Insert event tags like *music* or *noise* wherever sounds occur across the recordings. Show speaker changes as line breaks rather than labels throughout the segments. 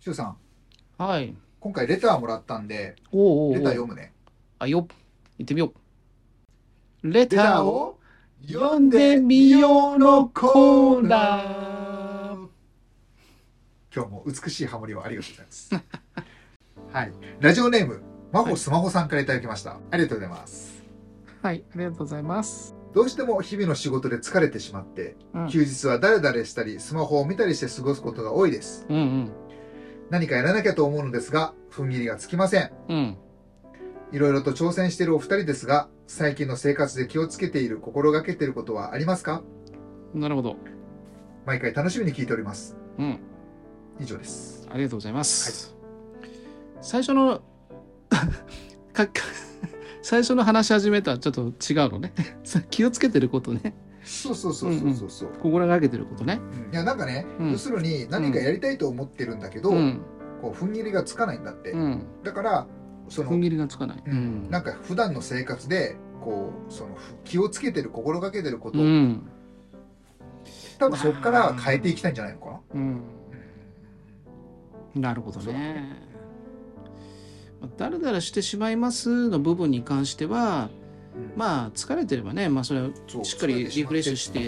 シュウさん、
はい。
今回レターもらったんで、
おうおうおう
レター読むね。
あ、よっ。行ってみよう。レ
レ
タ
ター
ーを。
を読んでみようのコーナー。今日も美しいハモリをありがとうございます。 *laughs* はい。ラジオネーム、マホスマホさんからいただきました。ありがとうございます。
はい。ありがとうございます。
どうしても日々の仕事で疲れてしまって、
うん。
休日はだれだれしたり、スマホを見たりして過ごすことが多いです。
うんうん。
何かやらなきゃと思うのですが、踏ん切りがつきません。
うん。
いろいろと挑戦しているお二人ですが、最近の生活で気をつけている、心がけていることはありますか
なるほど。
毎回楽しみに聞いております。
うん。
以上です。
ありがとうございます。最初の *laughs* か、か、最初の話し始めとはちょっと違うのね。 *laughs* さ気をつけてることね。
そうそうそうそうそうそう。
心がけてることね。
うんいやなんかね、
うん
要するに何かやりたいと思ってるんだけど、
うん。
こう踏ん切りがつかないんだって。
うん。
だからその
踏ん切りがつかない。
う
うんん。
なんか普段の生活でこうそのふ気をつけてる心がけてること、
うん。
多分そこから変えていきたいんじゃないのかな。
うん。なるほど
そうだ
ね。まあだらだらしてしまいますの部分に関しては、
あ
まあ疲れてればね、まあそれはしっかりリフレッシュして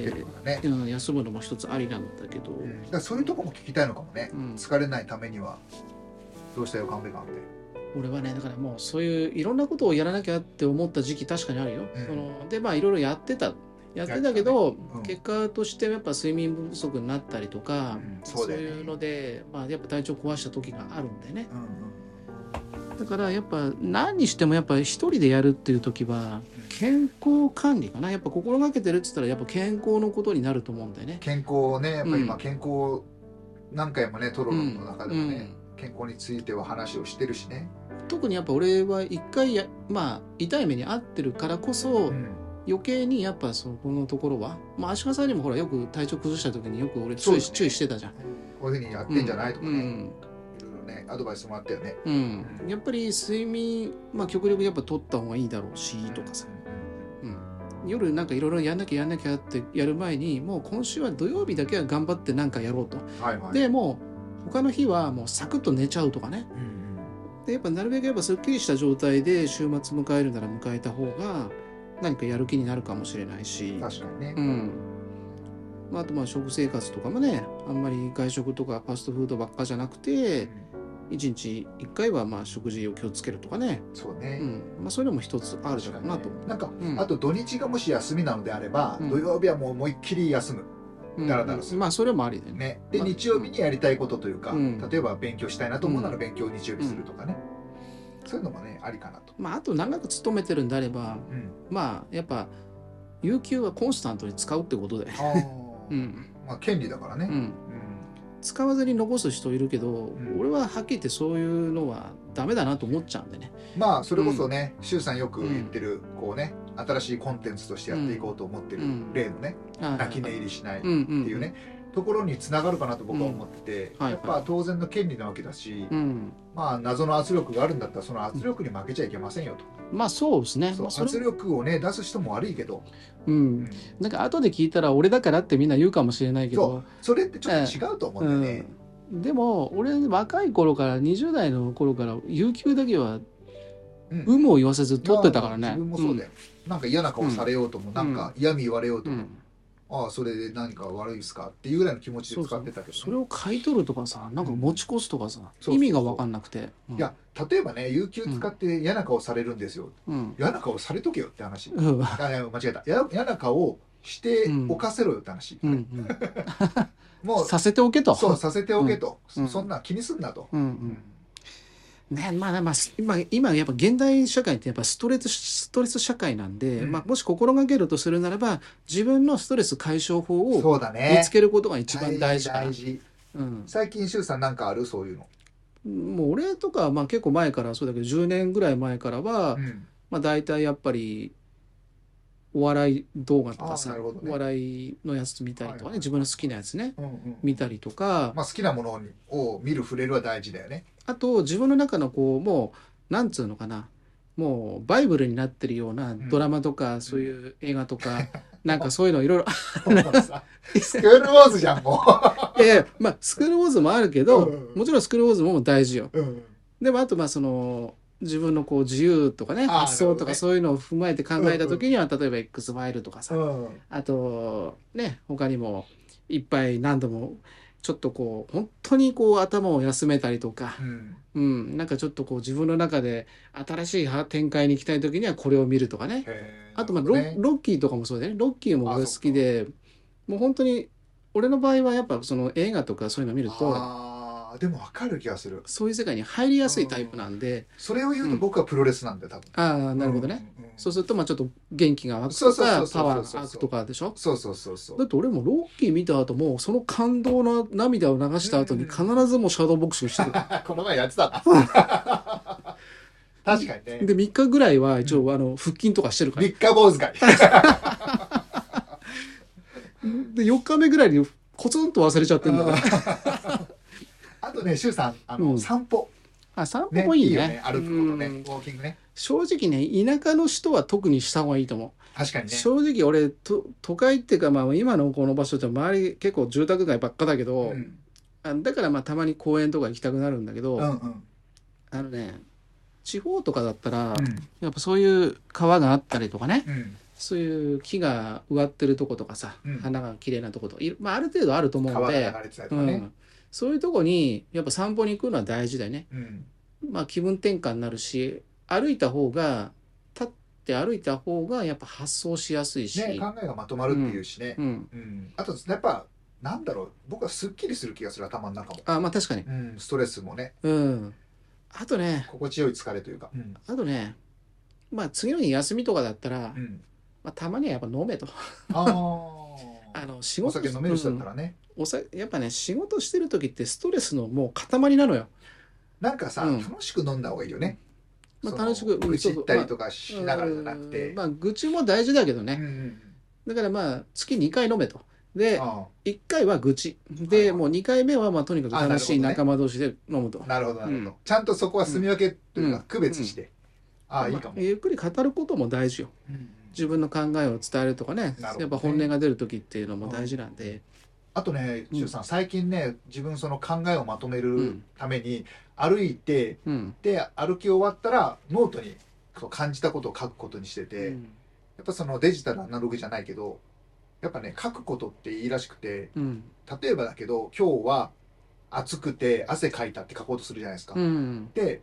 ね。
うん休むのも一つありなんだけど、
うんだからそういうとこも聞きたいのかもね。
うん
疲れないためにはどうしたよ神戸君っ
俺はねだからもうそういういろんなことをやらなきゃって思った時期確かにあるよ。
うん
そのでまあいろいろやってたやってたけど、
うん
結果としてやっぱ睡眠不足になったりとか、
うん
そ
そう
う
だよね
いうので、まあ、やっぱ体調壊した時があるんでね
て。うんうん
だからやっぱ何にしてもやっぱ一人でやるっていう時は健康管理かなやっぱ心がけてるっつったらやっぱ健康のことになると思うんだよね。
健康をねやっぱり今
うん
健康を何回もねトロロの中でも
う
ね
ん、
健康については話をしてるしね。
特にやっぱ俺は一回やまあ痛い目に遭ってるからこそ、
うん
余計にやっぱそこのところはまあ足利さんにもほらよく体調崩した時によく俺注
そう
意,、
だね
注意してたじゃん。
こういうふうにやってんじゃないとか
う
ね、い
ん
ろいろねアドバイスもらったよね。
うんうんやっぱり睡眠、まあ、極力やっぱ取った方がいいだろうしとかさ、うん、夜なんかいろいろやんなきゃやんなきゃってやる前にもう今週は土曜日だけは頑張ってなんかやろうと
はいはい。
でもう他の日はもうサクッと寝ちゃうとかね
うんうん
でやっぱなるべくやっぱすっきりした状態で週末迎えるなら迎えた方が何かやる気になるかもしれないし、
確かにね
う。んまあ、あとまあ食生活とかもねあんまり外食とかファストフードばっかじゃなくて1日1回はまあ食事を気をつけるとかね、
そう
う
ね。
んまあ、そういうのも一つあるじ
確
ゃ
か
ない
に
か
ね
なと。
なんか、
うん
あと土日がもし休みなのであれば、
うん
土曜日はもう思いっきり休む、
うん
だらだらする
まあそれもありだよね。
ね、で
まあ
日曜日にやりたいことというか、
うん
例えば勉強したいなと思うなら
うん
勉強を日曜日するとかね、そういうのもねありかなと、
まあ、あと長く勤めてるんであれば *laughs*
うん、
まあやっぱ有給はコンスタントに使うってことで、
あー
うん
まあ権利だから
う
ね、
ん、
うん
使わずに残す人いるけど、
ん
俺ははっきり言ってそういうのはダメだなと思っちゃうんでね。
まあそれこそね周、さんよく言ってる、こうね新しいコンテンツとしてやっていこうと思ってる
うん
例のね、
あ
泣き寝入りしないっ
う
て
んうん
いうね、ところにつながるかなと僕は思ってて、
うんはい
やっぱ当然の権利なわけだし、
うん、
まあ謎の圧力があるんだったらその圧力に負けちゃいけませんよと。
まあそうですね。
そう
まあ、それ
圧力をね出す人も悪いけど、
うん、なんか後で聞いたら俺だからってみんな言うかもしれないけ
そ
ど、
うそれってちょっと違うと思う
うん
だよね
ん、でも俺若い頃から20代の頃から有給だけは
うん
有無を言わせず取ってたからね。
自分もそうだよ、なんか嫌な顔されようとも、なんか嫌味言われようと
うんう
も、
ん
ああそれで何か悪いですかっていうぐらいの気持ちで
そう
使
そ
って
う
たけどね、
それを買い取るとかさなんか持ち越すとかさ、
そうそうそう
意味が分かんなくて、うん
いや例えばね有給使って嫌な顔されるんですよ、
うん
嫌な顔されとけよって話、
うん
あいや間違えた嫌嫌な顔をしておかせろよって話、
うんうん
もう
させておけと
そうさせておけと、
うん
そんな気にすんなと、
うんうん、ねまあまあ、す今今やっぱ現代社会ってやっぱストレスストレス社会なんで、
うん
まあ、もし心がけるとするならば自分のストレス解消法を
そうだ
見
ね
つけることが一番大事かな
大事
うん、
最近周さんなんかあるそういうの、
もう俺とかはまあ結構前からそうだけど10年ぐらい前からは、
うん
まあ、大体やっぱりお笑い動画とか
あー
さ、
なるほどね
お笑いのやつ見たりとかね、
はいはい
自分の好きなやつね
うんうん
見たりとか、
まあ、好きなものを見る触れるは大事だよね
*laughs* あと自分の中のこうもうなんつうのかなもうバイブルになってるようなドラマとか、そういう映画とか、 *laughs* なんかそういうの
*laughs*
いろいろ
スクールウォーズじゃんも
いやいやまあスクールウォーズもあるけど、
うん
もちろんスクールウォーズも大事よ
う、うん、
でもあとまあその自分のこう自由とかね
あー
発想と
なるほど
か
ね
そういうのを踏まえて考えた時には、例えば X ファイルとかさ、
うん
あとね他にもいっぱい何度もちょっとこう本当にこう頭を休めたりとか
う、ん、
うん、なんかちょっとこう自分の中で新しい展開に行きたい時にはこれを見るとかね
へー
あとまあ
な
ロ,、
るほどね
ロッキーとかもそうだよねロッキーも俺好きでもう本当に俺の場合はやっぱその映画とかそういうの見ると
あーでも分かる気がする
そういう世界に入りやすいタイプなんで
それを言うと僕はプロレスなんだよ多分
ああなるほどね、、
うんうん
そうするとまあちょっと元気が湧く
そう
と
そうそ
か
うそう
パワーが湧くとかでしょ
そうそうそうそう
だって俺もロッキー見た後もその感動の涙を流した後に必ずもうシャドーボクシングしてる
この前やってたな確かにね
で3日ぐらいは一応あの腹筋とかしてるから
三日坊主がいい
で4日目ぐらいにコツンと忘れちゃってるんだから
あとね周さんあの、
うん
散歩
あ散歩
ね
もいいね
よね歩くことね
う
ウォ
ん
ーキングね
正直ね田舎の人は特にした方がいいと思
確か
う、
にね
正直俺と都会っていうかまあ今のこの場所って周り結構住宅街ばっかだけど、
うん
あだからまあたまに公園とか行きたくなるんだけど、
うんうん
あのね地方とかだったら、
うん
やっぱそういう川があったりとかね
うん
そういう木が植わってるとことかさ、
うん
花が綺麗なとことか、いまあ、ある程度あると思うん
川が
で
流、れてたり
う
とかね、
ん、そういうとこにやっぱ散歩に行くのは大事だよね。
うん
まあ気分転換になるし歩いた方が立って歩いた方がやっぱ発想しやすいし、
ね考えがまとまるっていうしね、
うん、
うんあとやっぱなんだろう僕はすっきりする気がする頭の中も、
あまあ確かに、
うん、ストレスもね
うん、あとね
心地よい疲れというか、うん
あとねまあ次の日休みとかだったら、
うん、
まあ、たまにはやっぱ飲めと
あ
*laughs* あ
あ
の仕
お
事
酒飲める人だった
ら、
らね、
うんおさやっぱね仕事してる時ってストレスのもう塊なのよ。
なんかさ、
うん
楽しく飲んだ方がいいよね、
まあ
その
楽しくうん
愚痴ったりとかしながらじゃなく
う
て
んまあ愚痴も大事だけど
うん
ね、
うん
だからまあ月2回飲めと
うん
で
あ
1回は愚痴
はい
で
はい
もう2回目はまあとにかく楽しい
あなる
仲間同士で飲むと、
あなるほどなるほど、
うん
ちゃんとそこは住み分けという
うん
か区別して、ああいいかも、
まあゆっくり語ることも大事よ
うん
自分の考えを伝えるとかね
なるほどね
やっぱ本音が出る時っていうのも大事なんで、
あとね周さん最近ね自分その考えをまとめ
う
る
ん
ために歩いて
うん
で歩き終わったらノートにこう感じたことを書くことにしてて、
うん
やっぱそのデジタルアナログじゃないけどやっぱね書くことっていいらしくて
うん
例えばだけど今日は暑くて汗かいたって書こうとするじゃないですか、
うん
で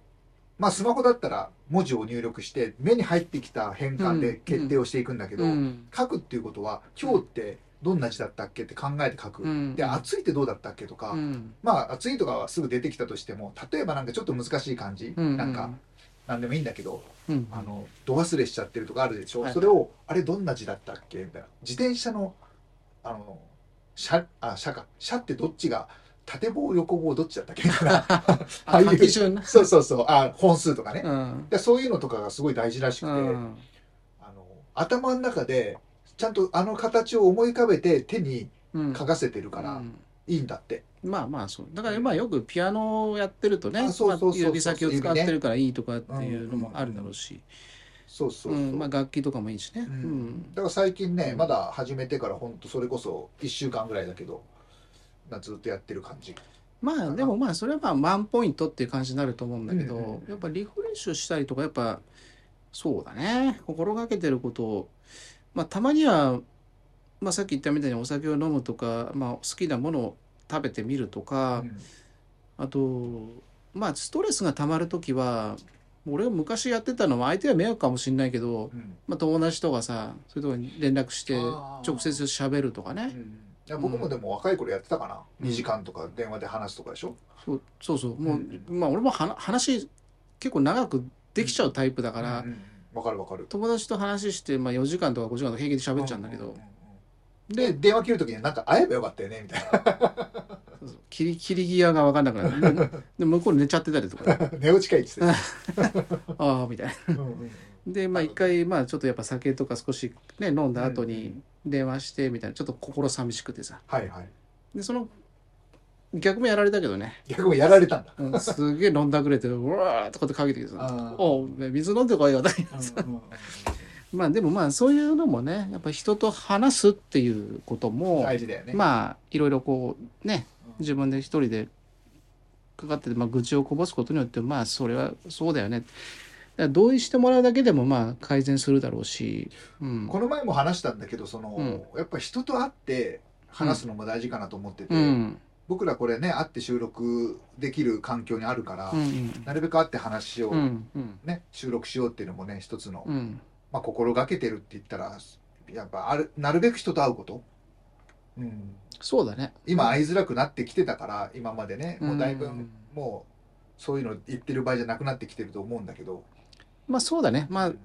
まあスマホだったら文字を入力して目に入ってきた変換で決定をしていくんだけど、
うん
書くっていうことは今日ってどんな字だったっけって考えて書く、
うん
で暑いってどうだったっけとか、
うん
まあ暑いとかはすぐ出てきたとしても例えばなんかちょっと難しい感じ、
うん
なんかなんでもいいんだけど
うん
あの度忘れしちゃってるとかあるでしょ、
はい
それをあれどんな字だったっけみたいな自転車のあの車あ車か車ってどっちが縦棒横棒どっちだったっけみたい
*laughs*
なああ
あ
いう
基準な
そうそうそうあ本数とかね、
うん
でそういうのとかがすごい大事らしくて、
うん
あの頭の中でちゃんとあの形を思い浮かべて手に
うん
書かせてるから、
うん
いいんだって、
まあまあそうだからまあよくピアノをやってるとね
あそうそうそうそう
まあ指先を使ってるからいいとかっていうのもあるだろうし
そうそう
う
そう、
んまあ楽器とかもいいしね。う
うん
ん
だから最近ね、
うん
まだ始めてからほんとそれこそ1週間ぐらいだけどなずっとやってる感じ
まあでもまあそれはまあワンポイントっていう感じになると思うんだけ
うんうん
ど
うん
やっぱリフレッシュしたりとかやっぱそうだね心がけてることをまあたまにはまあさっき言ったみたいにお酒を飲むとかまあ好きなものを食べてみるとか。
うん
あとまあストレスがたまる時は俺が昔やってたのは相手は迷惑かもしれないけど、
うん
まあ、友達とかさそういうとこに連絡して
あー
直接喋るとかね
いや僕もでも若い頃やってたかな、
うん
2時間とか電話で話すとかでしょ、
そうそうそうもう、
うん
まあ俺もはな話結構長くできちゃうタイプだから、
うんうんうんわかるわかる
友達と話して、まあ、4時間とか5時間とか平気で喋っちゃうんだけど、
ううんで電話切るときになんか会えばよかったよねみたい
そうそう切り切り際が分かんなくな
*laughs*
るもうで向こう寝ちゃってたりとか
な *laughs* 寝落ちかいっつって
ああみたいな
うんうん
でまあ一回まあちょっとやっぱ酒とか少しね飲んだ後
うんう
に
ん
電話してみたいなちょっと心寂しくてさ
はいはい
でその逆もやられたけどね、
逆もやられたんだ
うんすげえ飲んだくれてうわーとかってかけてきてさ
あー
「おう水飲んでこいよ」とか言って
うんうん
まあでもまあそういうのもねやっぱ人と話すっていうこと
うん
も、
大事だよね
まあいろいろこうね
うん
自分で一人でかかってて、まあ、愚痴をこぼすことによってまあそれはそうだよねだから同意してもらうだけでもまあ改善するだろうし、うん、
この前も話したんだけどそのやっぱ人と会って話すのも大事かなと思ってて
うん
僕らこれね会って収録できる環境にあるから
うんうん
なるべく会って話を
うんうん
ね収録しようっていうのもね一つの
うん
まあ、心がけてるって言ったらやっぱあるなるべく人と会うこと、うん、
そうだね
今会いづらくなってきてたから今までねもうだいぶ
うん
もうそういうの言ってる場合じゃなくなってきてると思うんだけど、
まあそうだね
う
まあ
ん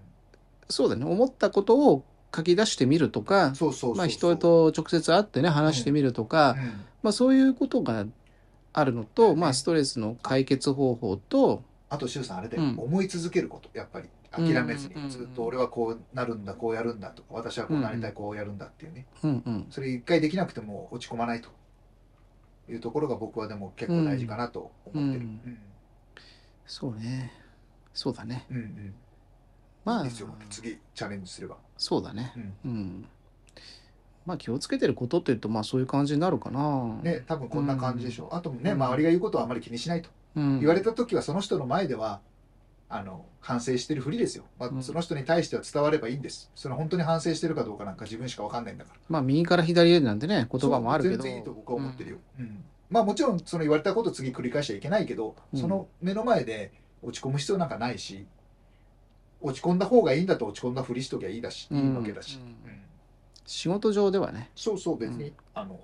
そうだね思ったことを書き出してみるとか
そうそうそうそう
まあ、人、と直接会ってね話してみるとか、
うん
まあ、そういうことがあるのと、ま
ね
あ、ストレスの解決方法と、
あと周さんあれで、
うん
思い続けることやっぱり諦めず
うんうんうんう
に
ん
ずっと俺はこうなるんだこうやるんだとか私はこうなりたいこうやるんだっていうね
うんうん、
それ一回できなくても落ち込まないというところが僕はでも結構大事かなと思ってる。
う
うんん
そうねそうだね
うんうん
ま
い
あ
いですよ次チャレンジすれば。
そうだね
うん
うんまあ気をつけてることっていうとまあそういう感じになるかな、
ね、多分こんな感じでしょう、あとね
うん
周りが言うことはあまり気にしないと、
うん、
言われた時はその人の前ではあの反省してるふりですよ、ま
う
あ、
ん
その人に対しては伝わればいいんですその本当に反省してるかどうかなんか自分しか分かんないんだから
まあ右から左へなんてね言葉もあるけ
そう
ど
全然いいと僕は思ってるよ、うんまあもちろんその言われたことを次繰り返しちゃいけないけど、
うん
その目の前で落ち込む必要なんかないし落ち込んだ方がいいんだと落ち込んだふりしときゃいいだし、
うん
いいわけだし、
う
うんん
仕事上ではね
そうそう別に、あの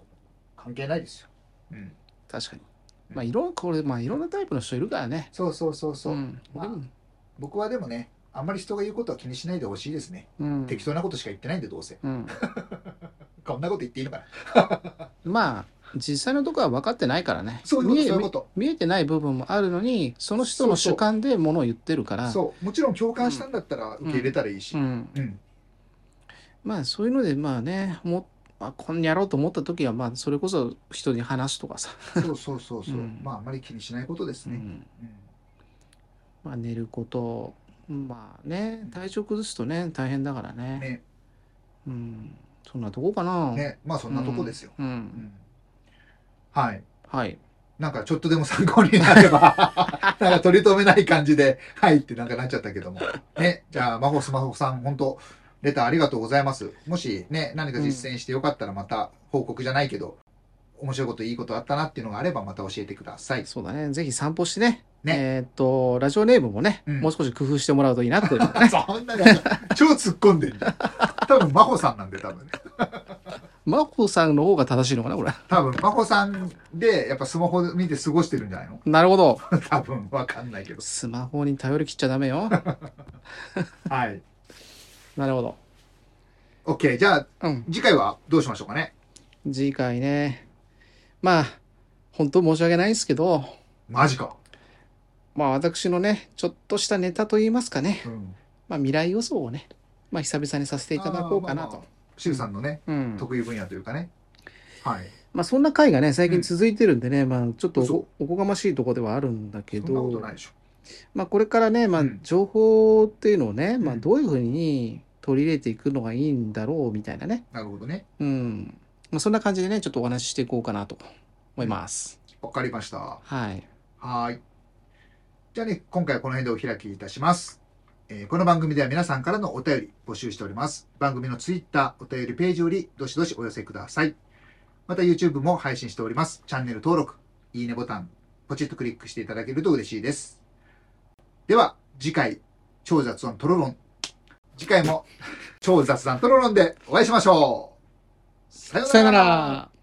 関係ないですよ、うん、
確かに
うん
まあいろんこれまあいろんなタイプの人いるからね
そうそうそうそう、
ん
まあ
でも
僕はでもねあんまり人が言うことは気にしないでほしいですね、
うん
適当なことしか言ってないんでどうせ
うん、
こんなこと言っていいのかな
まあ実際のところは分かってないからね
そういうこと
見え
そういうこと
見えてない部分もあるのにその人の主観でものを言ってるから
そうもちろん共感したんだったら受け入れたらいいし、
うん、
うん
まあそういうのでまあねもあこんにやろうと思った時はまあそれこそ人に話すとかさ、
そうそうそうそう、
うん
まああんまり気にしないことです
う
ね、
ん
うん
まあ、寝ることまあね体調崩すとね大変だからね
ね
うん、そんなとこかな、
ねまあそんなとこですよ、
うん
うんはい
はい
なんかちょっとでも参考になれ
*laughs*
ばなんか取り留めない感じで「はい」ってなんかなっちゃったけどもねじゃあ真帆スマホさん本当レターありがとうございますもしね何か実践してよかったらまた報告じゃないけど、面白いこといいことあったなっていうのがあればまた教えてください
そうだねぜひ散歩してね
ね
えーっとラジオネームもね、
うん
もう少し工夫してもらうといいな
*laughs*
って
そんな感じ超突っ込んでる多分真帆さんなんで多分ね
真帆さんの方が正しいのかなこれ
多分真帆さんでやっぱスマホ見て過ごしてるんじゃないの
なるほど
多分わかんないけど
スマホに頼り切っちゃダメよ
はい
なるほど
OK じゃあ
うん
次回はどうしましょうかね
次回ねまあ本当申し訳ないんですけど
マジか、
まあ私のね、ちょっとしたネタといいますかね、
うん
まあ未来予想をね、まあ久々にさせていただこうかな
あーまあ
と
ま。シュウさんのね、
うん。
得意分野というかね。はい。
まあそんな回がね、最近続いてるんでね、まあちょっと
嘘
おおこがましいとこではあるんだけ
そんなこと
ど
な、いでしょ。
まあこれからね、まあ
うん
情報っていうのをね、まあ
うん
どういうふうに取り入れていくのがいいんだろうみたいなね。
なるほどね。
うん。まあそんな感じでね、ちょっとお話ししていこうかなと思います。
わかりました。は
はい。
ーい。じゃあね、今回はこの辺でお開きいたします。えーこの番組では皆さんからのお便り募集しております。番組のツイッター、お便りページよりどしどしお寄せください。また YouTube も配信しております。チャンネル登録、いいねボタン、ポチッとクリックしていただけると嬉しいです。では、次回、超雑音トロロン。次回も超雑談トロロンでお会いしましょう。さよう
さよなら。